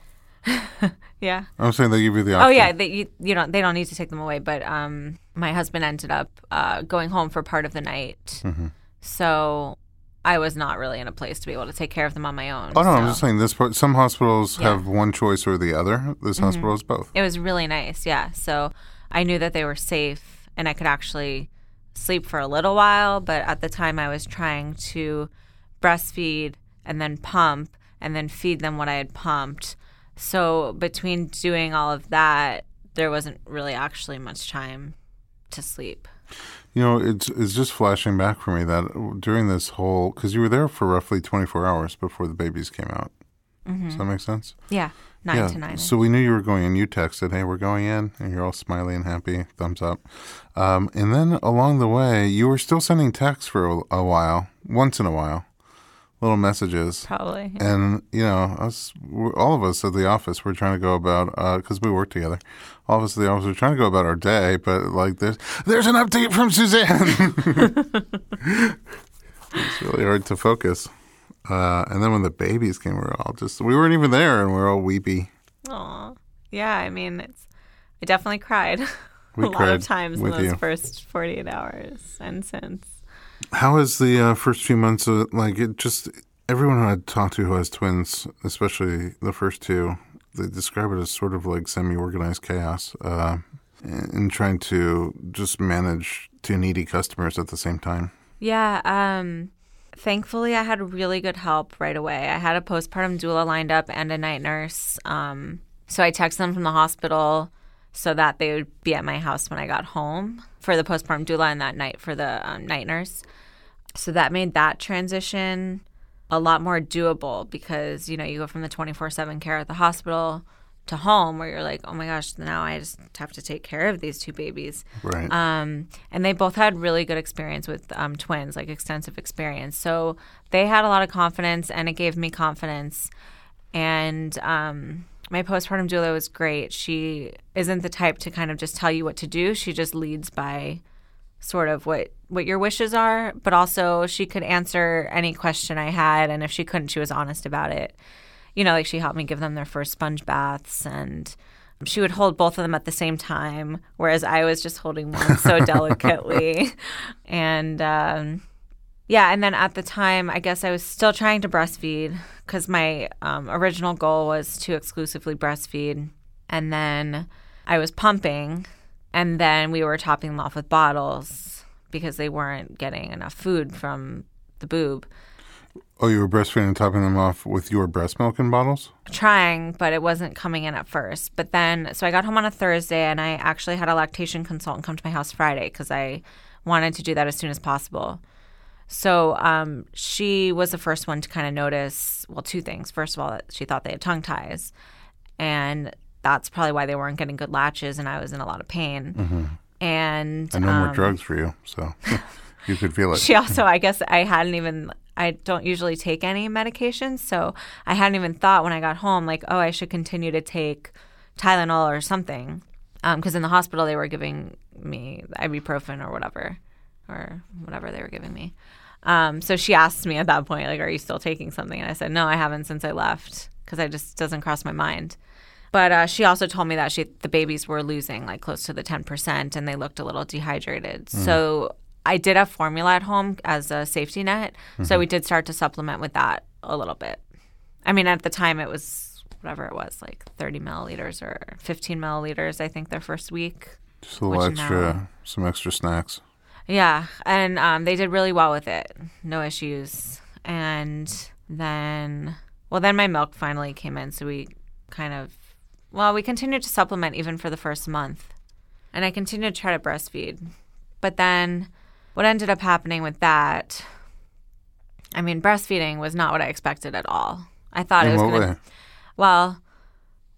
[SPEAKER 2] Yeah.
[SPEAKER 1] I'm saying they give you the option.
[SPEAKER 2] Oh yeah, they you, you don't they don't need to take them away, but um my husband ended up uh, going home for part of the night.
[SPEAKER 1] Mm-hmm.
[SPEAKER 2] So I was not really in a place to be able to take care of them on my own.
[SPEAKER 1] Oh no, I'm
[SPEAKER 2] so-
[SPEAKER 1] just saying this. Part, some hospitals
[SPEAKER 2] Yeah. Mm-hmm.
[SPEAKER 1] have one choice or the other. This hospital is both.
[SPEAKER 2] It was really nice. Yeah. So I knew that they were safe and I could actually sleep for a little while. But at the time, I was trying to breastfeed and then pump and then feed them what I had pumped. So between doing all of that, there wasn't really actually much time to sleep.
[SPEAKER 1] You know, it's it's just flashing back for me that during this whole because you were there for roughly 24 hours before the babies came out. Does that make sense?
[SPEAKER 2] Yeah. Mm-hmm. Nine
[SPEAKER 1] yeah.
[SPEAKER 2] to nine.
[SPEAKER 1] So we knew you were going in. You texted, "Hey, we're going in," and you're all smiley and happy, thumbs up. Um, and then along the way, you were still sending texts for a, a while, once in a while, little messages.
[SPEAKER 2] Probably. yeah.
[SPEAKER 1] And you know, us, we're, all of us at the office, we're trying to go about because we work together. All of us at the office, we're trying to go about our day, but like there's there's an update from Suzanne. it's really hard to focus. Uh, and then when the babies came, we were all just, we weren't even there and we were all weepy.
[SPEAKER 2] Aw. Yeah, I mean, it's. I definitely cried
[SPEAKER 1] We
[SPEAKER 2] a lot
[SPEAKER 1] cried
[SPEAKER 2] of times in
[SPEAKER 1] with
[SPEAKER 2] those
[SPEAKER 1] you.
[SPEAKER 2] first 48 hours and since.
[SPEAKER 1] How is the uh, first few months of like it just everyone who I talked to who has twins, especially the first two, they describe it as sort of like semi-organized chaos uh, in trying to just manage two needy customers at the same time.
[SPEAKER 2] Yeah. Um, thankfully, I had really good help right away. I had a postpartum doula lined up and a night nurse. Um, so I texted them from the hospital so that they would be at my house when I got home for the postpartum doula and that night for the um, night nurse. So that made that transition a lot more doable because, you know, you go from the 24 7 care at the hospital to home where you're like, oh my gosh, now I just have to take care of these two babies.
[SPEAKER 1] Right.
[SPEAKER 2] Um, and they both had really good experience with um, twins, like extensive experience. So they had a lot of confidence, and it gave me confidence. And um, my postpartum doula was great. She isn't the type to kind of just tell you what to do. She just leads by sort of what what your wishes are, but also she could answer any question I had, and if she couldn't, she was honest about it. You know, like she helped me give them their first sponge baths, and she would hold both of them at the same time, whereas I was just holding one so delicately. And um, yeah, and then at the time, I guess I was still trying to breastfeed because my um, original goal was to exclusively breastfeed. And then I was pumping, and then we were topping them off with bottles because they weren't getting enough food from the boob.
[SPEAKER 1] oh, you were breastfeeding and topping them off with your breast milk in bottles.
[SPEAKER 2] trying, but it wasn't coming in at first. But then, so I got home on a Thursday and I actually had a lactation consultant come to my house Friday because I wanted to do that as soon as possible. So um, she was the first one to kind of notice, well, two things. First of all, that she thought they had tongue ties. And that's probably why they weren't getting good latches and I was in a lot of pain. And
[SPEAKER 1] And no
[SPEAKER 2] um,
[SPEAKER 1] more drugs for you, so you could feel it.
[SPEAKER 2] she also i guess i hadn't even i don't usually take any medications so i hadn't even thought when i got home like oh i should continue to take tylenol or something because in the hospital they were giving me ibuprofen or whatever or whatever they were giving me um, so she asked me at that point like are you still taking something and i said no i haven't since i left because i just doesn't cross my mind but uh, she also told me that she the babies were losing like close to the ten percent, and they looked a little dehydrated. So I did have formula at home as a safety net, so we did start to supplement with that a little bit. I mean, at the time it was whatever it was, like thirty milliliters or fifteen milliliters. I think their first week.
[SPEAKER 1] just a little
[SPEAKER 2] Which now-
[SPEAKER 1] extra, some extra snacks.
[SPEAKER 2] Yeah, and um, they did really well with it. No issues. And then, well, then my milk finally came in, so we kind of, well, we continued to supplement even for the first month, and I continued to try to breastfeed. But then, what ended up happening with that? I mean, breastfeeding was not what I expected at all. I thought it
[SPEAKER 1] In
[SPEAKER 2] was
[SPEAKER 1] what
[SPEAKER 2] going
[SPEAKER 1] way?
[SPEAKER 2] to well,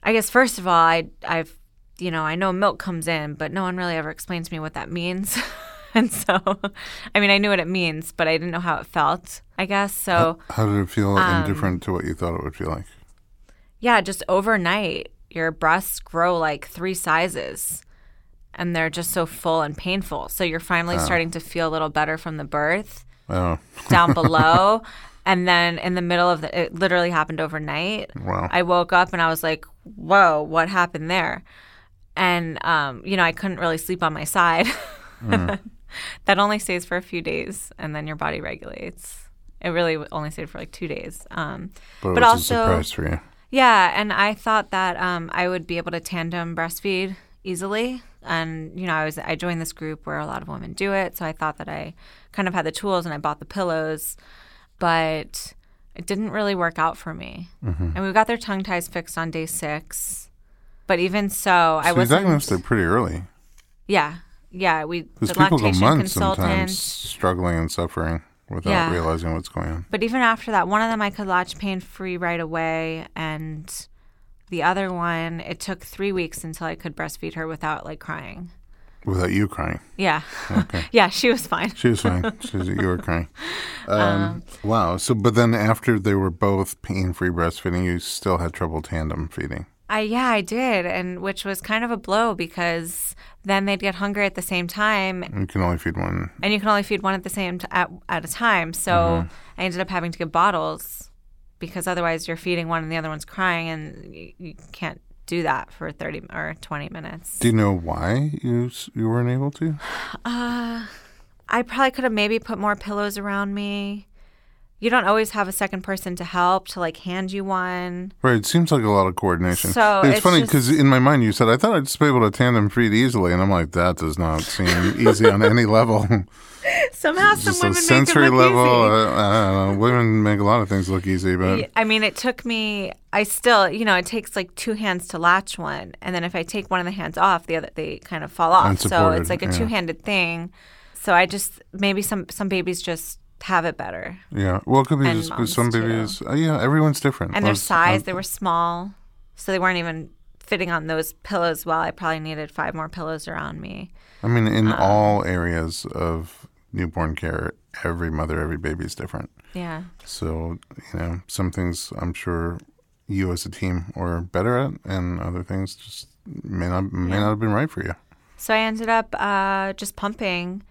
[SPEAKER 2] I guess first of all, I I've you know I know milk comes in, but no one really ever explained to me what that means. and so, I mean, I knew what it means, but I didn't know how it felt. I guess so.
[SPEAKER 1] How did it feel
[SPEAKER 2] Um,
[SPEAKER 1] indifferent to what you thought it would feel like?
[SPEAKER 2] Yeah, just overnight, your breasts grow like three sizes, and they're just so full and painful. So you're finally starting to feel a little better from the birth.
[SPEAKER 1] Oh,
[SPEAKER 2] down below. And then in the middle of the, it literally happened overnight.
[SPEAKER 1] Wow.
[SPEAKER 2] I woke up and I was like, whoa, what happened there? And, um, you know, I couldn't really sleep on my side.
[SPEAKER 1] Mm.
[SPEAKER 2] that only stays for a few days and then your body regulates. It really only stayed for like two days. Um,
[SPEAKER 1] but it
[SPEAKER 2] But
[SPEAKER 1] was
[SPEAKER 2] also-
[SPEAKER 1] a surprise for you.
[SPEAKER 2] yeah, and I thought that um, I would be able to tandem breastfeed easily, and you know, I was I joined this group where a lot of women do it, so I thought that I kind of had the tools, and I bought the pillows, but it didn't really work out for me.
[SPEAKER 1] Mm-hmm.
[SPEAKER 2] And we got their tongue ties fixed on day six, but even so,
[SPEAKER 1] So
[SPEAKER 2] I
[SPEAKER 1] you
[SPEAKER 2] wasn't.
[SPEAKER 1] diagnosed it pretty early.
[SPEAKER 2] yeah, yeah, we
[SPEAKER 1] Because
[SPEAKER 2] the
[SPEAKER 1] people go
[SPEAKER 2] lactation
[SPEAKER 1] months
[SPEAKER 2] consultant.
[SPEAKER 1] sometimes struggling and suffering without
[SPEAKER 2] Yeah.
[SPEAKER 1] realizing what's going on.
[SPEAKER 2] But even after that, one of them I could latch pain free right away, and the other one it took three weeks until I could breastfeed her without like crying.
[SPEAKER 1] Without you crying.
[SPEAKER 2] Yeah, yeah, she was fine.
[SPEAKER 1] She was fine. she was, you were crying. Um, wow. So, but then after they were both pain free breastfeeding, you still had trouble tandem feeding.
[SPEAKER 2] I yeah, I did, and which was kind of a blow because then they'd get hungry at the same time,
[SPEAKER 1] You can only feed one.
[SPEAKER 2] and you can only feed one at the same t- at, at a time. So I ended up having to give bottles because otherwise you're feeding one and the other one's crying, and you, you can't do that for 30 or 20 minutes.
[SPEAKER 1] Do you know why you s- you weren't able to?
[SPEAKER 2] I probably could have maybe put more pillows around me. You don't always have a second person to help to like hand you one.
[SPEAKER 1] Right, it seems like a lot of coordination.
[SPEAKER 2] So
[SPEAKER 1] it's,
[SPEAKER 2] it's
[SPEAKER 1] funny
[SPEAKER 2] just-
[SPEAKER 1] because in my mind you said I thought I'd just be able to tandem feed easily, and I'm like that does not seem easy on any level.
[SPEAKER 2] Somehow some
[SPEAKER 1] Just a
[SPEAKER 2] women
[SPEAKER 1] sensory
[SPEAKER 2] make it look
[SPEAKER 1] level,
[SPEAKER 2] easy.
[SPEAKER 1] I, I don't know. Women make a lot of things look easy, but
[SPEAKER 2] Y- I mean, it took me. I still, you know, it takes like two hands to latch one, and then if I take one of the hands off, the other they kind of fall off. So
[SPEAKER 1] Unsupported,
[SPEAKER 2] it's like a
[SPEAKER 1] yeah.
[SPEAKER 2] two-handed thing. So I just maybe some some babies just have it better,
[SPEAKER 1] yeah. Well, it could be
[SPEAKER 2] And
[SPEAKER 1] just 'cause some
[SPEAKER 2] moms, too.
[SPEAKER 1] babies. Uh, yeah, everyone's different.
[SPEAKER 2] and their
[SPEAKER 1] Most- um,
[SPEAKER 2] size they were small, so they weren't even fitting on those pillows. Well, I probably needed five more pillows around me.
[SPEAKER 1] I mean, in
[SPEAKER 2] um,
[SPEAKER 1] all areas of newborn care, every mother, every baby is different.
[SPEAKER 2] Yeah,
[SPEAKER 1] So, you know, some things I'm sure you as a team are better at, and other things just may not may not have been right for you.
[SPEAKER 2] so I ended up uh, just pumping,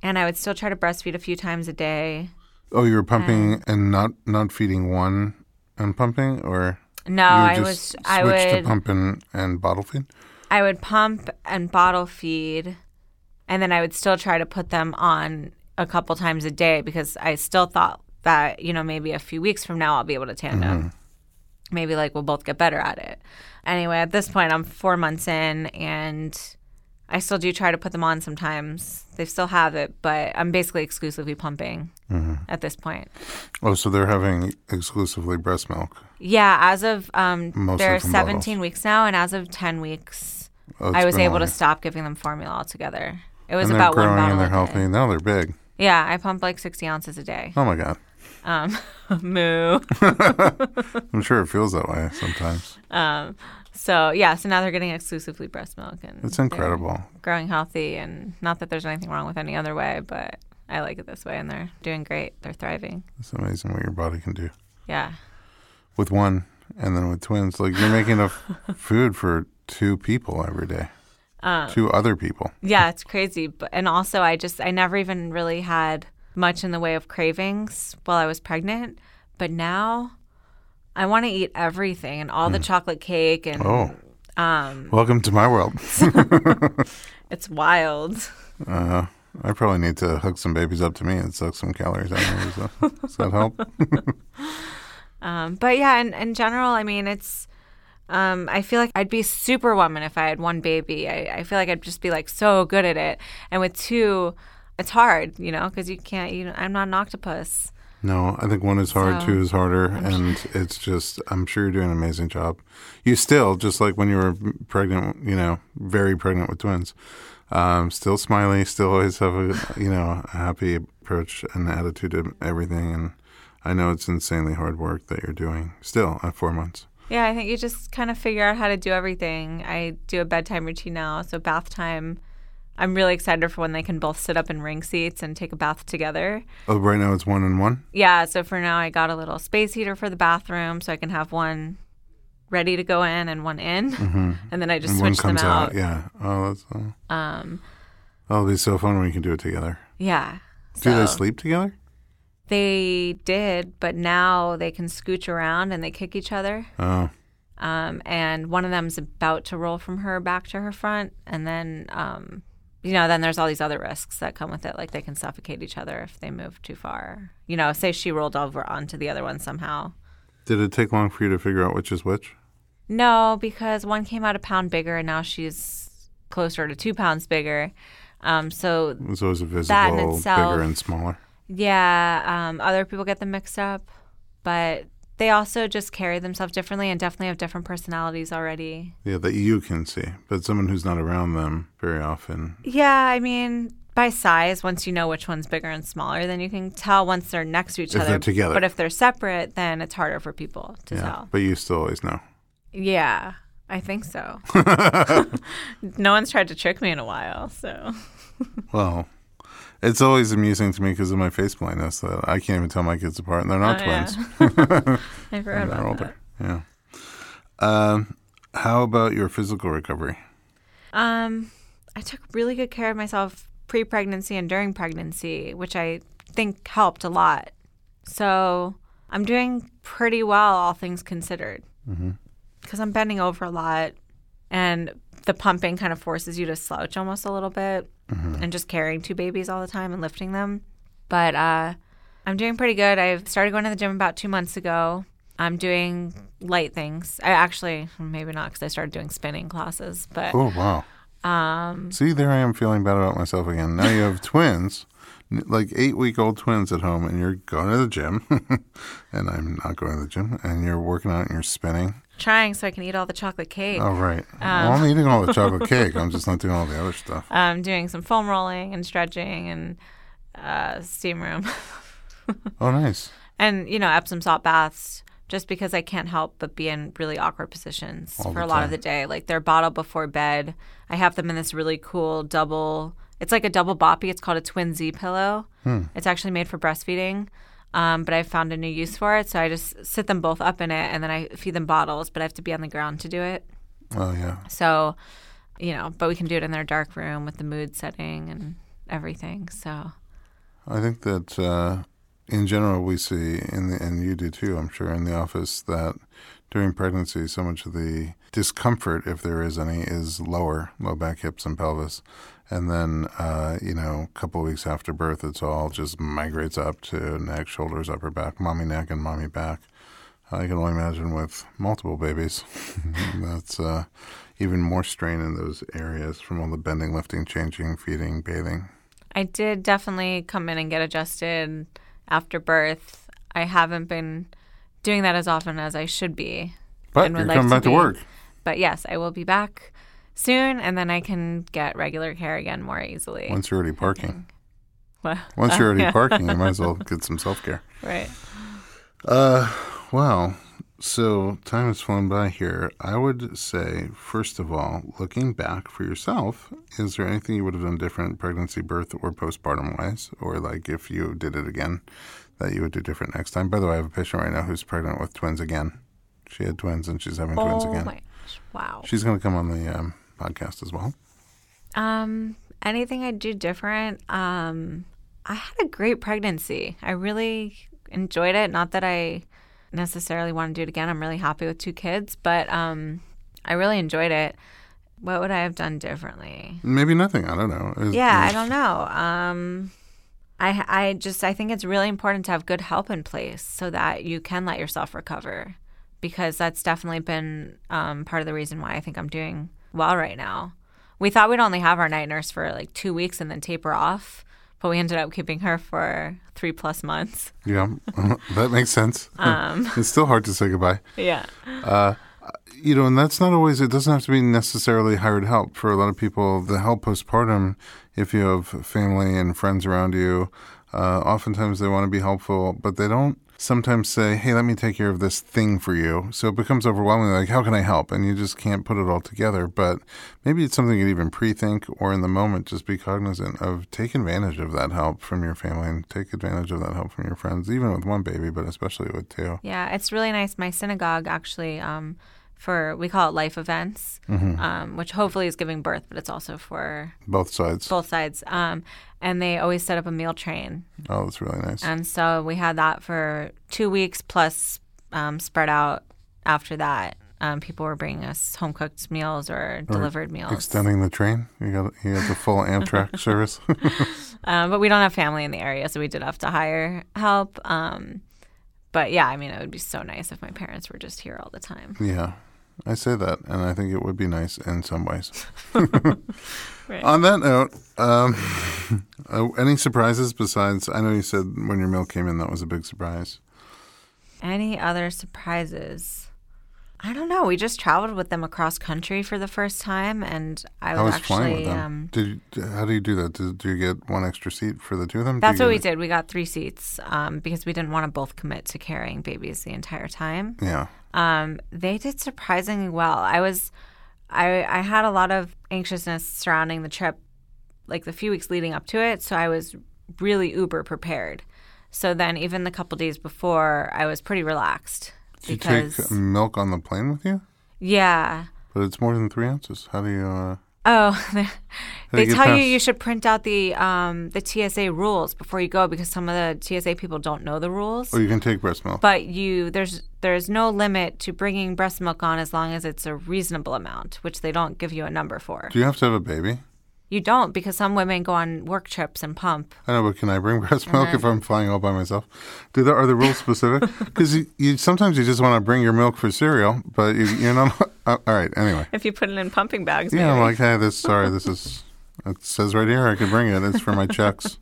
[SPEAKER 2] and I would still try to breastfeed a few times a day.
[SPEAKER 1] Oh, you were pumping and not not feeding one and pumping, or
[SPEAKER 2] No,
[SPEAKER 1] you
[SPEAKER 2] Oh, I
[SPEAKER 1] just
[SPEAKER 2] was I
[SPEAKER 1] switched
[SPEAKER 2] would
[SPEAKER 1] to pump and, and bottle feed.
[SPEAKER 2] I would pump and bottle feed, and then I would still try to put them on a couple times a day because I still thought that, you know, maybe a few weeks from now I'll be able to tandem.
[SPEAKER 1] Mm-hmm.
[SPEAKER 2] Maybe like we'll both get better at it. Anyway, at this point, I'm four months in and I still do try to put them on sometimes. They still have it, but I'm basically exclusively pumping
[SPEAKER 1] Mm-hmm.
[SPEAKER 2] at this point.
[SPEAKER 1] Oh, so they're having exclusively breast milk.
[SPEAKER 2] Yeah, as of um,
[SPEAKER 1] Mostly
[SPEAKER 2] they're
[SPEAKER 1] from
[SPEAKER 2] 17 weeks now, and as of 10 weeks,
[SPEAKER 1] Oh, it's
[SPEAKER 2] I was
[SPEAKER 1] been a
[SPEAKER 2] able to
[SPEAKER 1] while.
[SPEAKER 2] stop giving them formula altogether. It was
[SPEAKER 1] And they're
[SPEAKER 2] about one
[SPEAKER 1] growing
[SPEAKER 2] bottle.
[SPEAKER 1] and they're
[SPEAKER 2] a
[SPEAKER 1] healthy.
[SPEAKER 2] day.
[SPEAKER 1] Now they're big.
[SPEAKER 2] Yeah, I pump like 60 ounces a day.
[SPEAKER 1] Oh my god!
[SPEAKER 2] Um, moo.
[SPEAKER 1] I'm sure it feels that way sometimes.
[SPEAKER 2] Um, so yeah, so now they're getting exclusively breast milk, and
[SPEAKER 1] It's
[SPEAKER 2] they're
[SPEAKER 1] incredible.
[SPEAKER 2] Growing healthy, and not that there's anything wrong with any other way, but I like it this way, and they're doing great. They're thriving.
[SPEAKER 1] It's amazing what your body can do
[SPEAKER 2] Yeah.
[SPEAKER 1] with one, and then with twins. Like you're making enough food for two people every day,
[SPEAKER 2] Um,
[SPEAKER 1] two other people.
[SPEAKER 2] Yeah, it's crazy. But and also, I just I never even really had much in the way of cravings while I was pregnant, but now I want to eat everything and all the chocolate cake and
[SPEAKER 1] Oh,
[SPEAKER 2] um,
[SPEAKER 1] welcome to my world.
[SPEAKER 2] it's wild.
[SPEAKER 1] Uh, I probably need to hook some babies up to me and suck some calories out of them. Does that- Does that help?
[SPEAKER 2] Um, but yeah, in, in general, I mean, it's. Um, I feel like I'd be superwoman if I had one baby. I, I feel like I'd just be like so good at it. And with two, it's hard, you know, because you can't. You know, I'm not an octopus.
[SPEAKER 1] No, I think one is hard,
[SPEAKER 2] So-
[SPEAKER 1] two is harder, and it's just I'm sure you're doing an amazing job. You still just like when you were pregnant, you know, very pregnant with twins. Um, still smiley, still always have a you know a happy approach and attitude to everything. And I know it's insanely hard work that you're doing still at four months.
[SPEAKER 2] Yeah, I think you just kind of figure out how to do everything. I do a bedtime routine now, so bath time. I'm really excited for when they can both sit up in ring seats and take a bath together.
[SPEAKER 1] Oh, right now it's one and one.
[SPEAKER 2] Yeah, so for now I got a little space heater for the bathroom so I can have one ready to go in and one in. And then I just
[SPEAKER 1] Mm-hmm. And
[SPEAKER 2] switch them out.
[SPEAKER 1] Yeah. Oh, that's oh,
[SPEAKER 2] Um,
[SPEAKER 1] that'll be so fun when you can do it together.
[SPEAKER 2] yeah.
[SPEAKER 1] Do they
[SPEAKER 2] So-
[SPEAKER 1] sleep together?
[SPEAKER 2] They did, but now they can scooch around and they kick each other.
[SPEAKER 1] Oh,
[SPEAKER 2] um, and one of them's about to roll from her back to her front, and then um, you know, then there's all these other risks that come with it, like they can suffocate each other if they move too far. You know, say she rolled over onto the other one somehow.
[SPEAKER 1] did it take long for you to figure out which is which?
[SPEAKER 2] No, because one came out a pound bigger, and now she's closer to two pounds bigger. Um, so
[SPEAKER 1] It was always a visible,
[SPEAKER 2] That in itself-
[SPEAKER 1] bigger and smaller.
[SPEAKER 2] Yeah, um, other people get them mixed up, but they also just carry themselves differently and definitely have different personalities already.
[SPEAKER 1] Yeah, that you can see, but someone who's not around them very often.
[SPEAKER 2] Yeah, I mean, by size, once you know which one's bigger and smaller, then you can tell once they're next to each
[SPEAKER 1] If
[SPEAKER 2] other.
[SPEAKER 1] they're together.
[SPEAKER 2] But if they're separate, then it's harder for people to
[SPEAKER 1] Yeah,
[SPEAKER 2] tell.
[SPEAKER 1] but you still always know.
[SPEAKER 2] Yeah, I think so. no one's tried to trick me in a while, so.
[SPEAKER 1] Well, it's always amusing to me because of my face blindness that I can't even tell my kids apart, and they're not
[SPEAKER 2] Oh, yeah.
[SPEAKER 1] twins.
[SPEAKER 2] I forgot
[SPEAKER 1] They're
[SPEAKER 2] about
[SPEAKER 1] older.
[SPEAKER 2] that.
[SPEAKER 1] Yeah. Um, How about your physical recovery?
[SPEAKER 2] Um, I took really good care of myself pre pregnancy and during pregnancy, which I think helped a lot. So I'm doing pretty well, all things considered, because I'm bending over a lot and the pumping kind of forces you to slouch almost a little bit and just carrying two babies all the time and lifting them. But uh, I'm doing pretty good. I started going to the gym about two months ago. I'm doing light things. I actually, maybe not because I started doing spinning classes, but
[SPEAKER 1] Oh wow. Um, See, there I am feeling bad about myself again. Now you have twins, n- like eight-week-old twins at home, and you're going to the gym, and I'm not going to the gym, and you're working out and you're spinning.
[SPEAKER 2] trying so I can eat all the chocolate cake.
[SPEAKER 1] All right. well, I'm eating all the chocolate cake. I'm just not doing all the other stuff.
[SPEAKER 2] Um, doing some foam rolling and stretching and uh, steam room
[SPEAKER 1] Oh, nice.
[SPEAKER 2] and you know Epsom salt baths. Just because I can't help but be in really awkward positions
[SPEAKER 1] All
[SPEAKER 2] for
[SPEAKER 1] the
[SPEAKER 2] a lot
[SPEAKER 1] time.
[SPEAKER 2] of the day. Like they're bottled before bed. I have them in this really cool double. It's like a double boppy. It's called a twin Z pillow.
[SPEAKER 1] Hmm.
[SPEAKER 2] It's actually made for breastfeeding, um, but I found a new use for it. So I just sit them both up in it, and then I feed them bottles. But I have to be on the ground to do it.
[SPEAKER 1] Oh yeah.
[SPEAKER 2] So, you know, but we can do it in their dark room with the mood setting and everything. So,
[SPEAKER 1] I think that uh, in general we see, in the, and you do too, I'm sure, in the office that during pregnancy, so much of the discomfort, if there is any, is lower, low back, hips, and pelvis. And then, uh, you know, a couple weeks after birth, it's all just migrates up to neck, shoulders, upper back, mommy neck, and mommy back. I can only imagine with multiple babies.
[SPEAKER 2] Mm-hmm.
[SPEAKER 1] That's uh, even more strain in those areas from all the bending, lifting, changing, feeding, bathing.
[SPEAKER 2] I did definitely come in and get adjusted after birth. I haven't been doing that as often as I should be.
[SPEAKER 1] But
[SPEAKER 2] And would
[SPEAKER 1] you're
[SPEAKER 2] like
[SPEAKER 1] coming
[SPEAKER 2] to
[SPEAKER 1] back to
[SPEAKER 2] be-
[SPEAKER 1] work.
[SPEAKER 2] But yes, I will be back soon and then I can get regular care again more easily.
[SPEAKER 1] Once you're already parking.
[SPEAKER 2] Mm-hmm. Well,
[SPEAKER 1] Once you're already
[SPEAKER 2] yeah,
[SPEAKER 1] parking, you might as well get some self care.
[SPEAKER 2] Right.
[SPEAKER 1] Uh, wow. So time has flown by here. I would say, first of all, looking back for yourself, is there anything you would have done different pregnancy, birth, or postpartum wise? Or like if you did it again, that you would do different next time? By the way, I have a patient right now who's pregnant with twins again. She had twins and she's having twins
[SPEAKER 2] Oh
[SPEAKER 1] again.
[SPEAKER 2] my gosh. Wow.
[SPEAKER 1] She's going to come on the um, podcast as well.
[SPEAKER 2] Um, anything I'd do different? Um, I had a great pregnancy. I really enjoyed it. Not that I necessarily want to do it again. I'm really happy with two kids, but um, I really enjoyed it. What would I have done differently?
[SPEAKER 1] Maybe nothing. I don't know. Is-
[SPEAKER 2] Yeah, I
[SPEAKER 1] is-
[SPEAKER 2] don't know. Um, I I just I think it's really important to have good help in place so that you can let yourself recover, because that's definitely been um, part of the reason why I think I'm doing well right now. We thought we'd only have our night nurse for like two weeks and then taper off, but we ended up keeping her for three plus months.
[SPEAKER 1] Yeah, that makes sense. it's still hard to say goodbye.
[SPEAKER 2] Yeah.
[SPEAKER 1] You know, and that's not always, it doesn't have to be necessarily hired help. For a lot of people, the help postpartum, if you have family and friends around you, uh, oftentimes they want to be helpful, but they don't sometimes say, hey, let me take care of this thing for you. So it becomes overwhelming. Like, how can I help? And you just can't put it all together. But maybe it's something you'd even pre think or in the moment, just be cognizant of take advantage of that help from your family and take advantage of that help from your friends, even with one baby, but especially with two.
[SPEAKER 2] Yeah, it's really nice. My synagogue actually, um, for we call it life events, um, which hopefully is giving birth, but it's also for
[SPEAKER 1] Both sides.
[SPEAKER 2] both sides. Um, and they always set up a meal train,
[SPEAKER 1] Oh, that's really nice.
[SPEAKER 2] and so we had that for two weeks plus um, spread out. After that, um, people were bringing us home cooked meals or delivered meals.
[SPEAKER 1] Extending the train. You got you got the full Amtrak service.
[SPEAKER 2] Um, but we don't have family in the area, so we did have to hire help. Um, but yeah, I mean, it would be so nice if my parents were just here all the time.
[SPEAKER 1] yeah. I say that and I think it would be nice in some ways.
[SPEAKER 2] Right.
[SPEAKER 1] On that note, um, uh, any surprises besides I know you said when your milk came in that was a big surprise.
[SPEAKER 2] Any other surprises? I don't know. We just traveled with them across country for the first time, and I
[SPEAKER 1] I
[SPEAKER 2] was,
[SPEAKER 1] was flying with
[SPEAKER 2] actually.
[SPEAKER 1] them.
[SPEAKER 2] Um,
[SPEAKER 1] Did you, how do you do that? Did, do you get one extra seat for the two of them? Do
[SPEAKER 2] that's
[SPEAKER 1] you
[SPEAKER 2] what we
[SPEAKER 1] get-
[SPEAKER 2] did. We got three seats um, because we didn't want to both commit to carrying babies the entire time.
[SPEAKER 1] Yeah.
[SPEAKER 2] Um, they did surprisingly well. I was, I, I had a lot of anxiousness surrounding the trip, like the few weeks leading up to it. So I was really uber prepared. So then, even the couple days before, I was pretty relaxed
[SPEAKER 1] um, Did you take milk on the plane with you?
[SPEAKER 2] Yeah.
[SPEAKER 1] But it's more than three ounces. How do you? Uh,
[SPEAKER 2] Oh,
[SPEAKER 1] do you
[SPEAKER 2] they
[SPEAKER 1] get
[SPEAKER 2] tell you
[SPEAKER 1] past-
[SPEAKER 2] you should print out the um, the TSA rules before you go because some of the TSA people don't know the rules.
[SPEAKER 1] or oh, you can take breast milk.
[SPEAKER 2] But you there's there's no limit to bringing breast milk on as long as it's a reasonable amount, which they don't give you a number for.
[SPEAKER 1] do you have to have a baby?
[SPEAKER 2] You don't because some women go on work trips and pump.
[SPEAKER 1] I know, but can I bring breast milk if I'm flying all by myself? Do the, are the rules specific? Because you, you, sometimes you just want to bring your milk for cereal, but you, you're not. Uh, all right. Anyway.
[SPEAKER 2] If you put it in pumping bags,
[SPEAKER 1] Yeah, I'm
[SPEAKER 2] maybe.
[SPEAKER 1] like, hey, this. Sorry, this is. It says right here I can bring it. It's for my checks.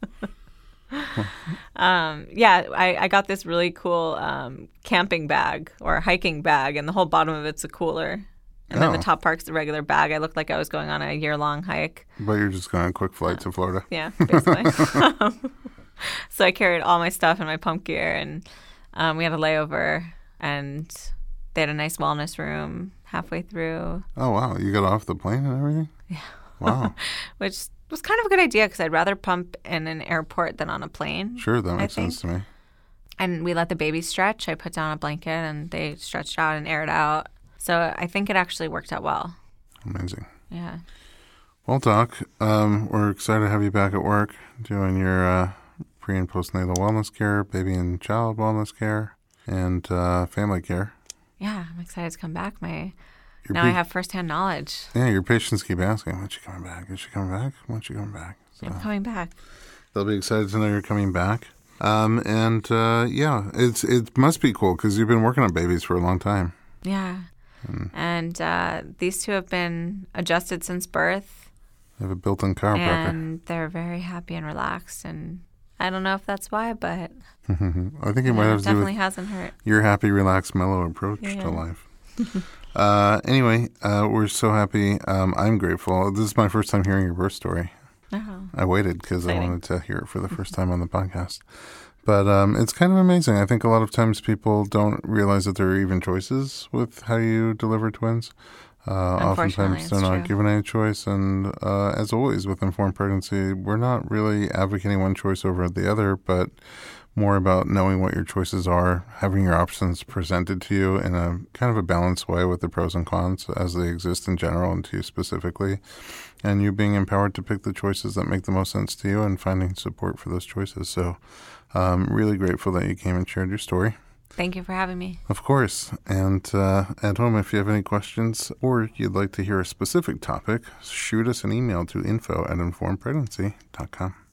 [SPEAKER 2] Um, yeah, I, I got this really cool um, camping bag or hiking bag, and the whole bottom of it's a cooler. And then the
[SPEAKER 1] Oh.
[SPEAKER 2] top part's the regular bag. I looked like I was going on a year long hike.
[SPEAKER 1] But you're just going on a quick flight to Florida.
[SPEAKER 2] Yeah, basically. so I carried all my stuff and my pump gear, and um, we had a layover, and they had a nice wellness room halfway through,
[SPEAKER 1] Oh wow, you got off the plane and everything. Yeah. Wow.
[SPEAKER 2] which was kind of a good idea because I'd rather pump in an airport than on a plane.
[SPEAKER 1] Sure, that makes
[SPEAKER 2] think-
[SPEAKER 1] sense to me.
[SPEAKER 2] and we let the baby stretch. I put down a blanket and they stretched out and aired out. So I think it actually worked out well.
[SPEAKER 1] Amazing.
[SPEAKER 2] Yeah.
[SPEAKER 1] Well, Doc, um, we're excited to have you back at work doing your uh, pre and postnatal wellness care, baby and child wellness care, and uh, family care.
[SPEAKER 2] Yeah, I'm excited to come back. My
[SPEAKER 1] Your
[SPEAKER 2] now
[SPEAKER 1] pa-
[SPEAKER 2] I have firsthand knowledge.
[SPEAKER 1] Yeah, your patients keep asking, "When's she coming back? Is she coming back? When's she coming back?" So
[SPEAKER 2] I'm coming back.
[SPEAKER 1] they'll be excited to know you're coming back. Um, and uh, yeah, it's it must be cool because you've been working on babies for a long time.
[SPEAKER 2] Yeah. And uh, these two have been adjusted since birth,
[SPEAKER 1] You have a built-in chiropractor.
[SPEAKER 2] and they're very happy and relaxed. And I don't know if that's why, but
[SPEAKER 1] I think it might
[SPEAKER 2] it
[SPEAKER 1] have to do with
[SPEAKER 2] definitely hasn't hurt.
[SPEAKER 1] your happy, relaxed, mellow approach
[SPEAKER 2] Yeah.
[SPEAKER 1] to life. uh, anyway, uh, we're so happy. Um, I'm grateful. This is my first time hearing your birth story.
[SPEAKER 2] No.
[SPEAKER 1] I waited because I
[SPEAKER 2] Exciting.
[SPEAKER 1] wanted to hear it for the first time on the podcast. But um, it's kind of amazing. I think a lot of times people don't realize that there are even choices with how you deliver twins. Uh,
[SPEAKER 2] Unfortunately,
[SPEAKER 1] oftentimes
[SPEAKER 2] it's
[SPEAKER 1] they're not
[SPEAKER 2] true.
[SPEAKER 1] given any choice. And uh, as always with informed pregnancy, we're not really advocating one choice over the other, but more about knowing what your choices are, having your options presented to you in a kind of a balanced way with the pros and cons as they exist in general and to you specifically, and you being empowered to pick the choices that make the most sense to you and finding support for those choices. So, um, really grateful that you came and shared your story.
[SPEAKER 2] Thank you for having me.
[SPEAKER 1] Of course. And uh, at home, if you have any questions or you'd like to hear a specific topic, shoot us an email to info at informedpregnancy.com.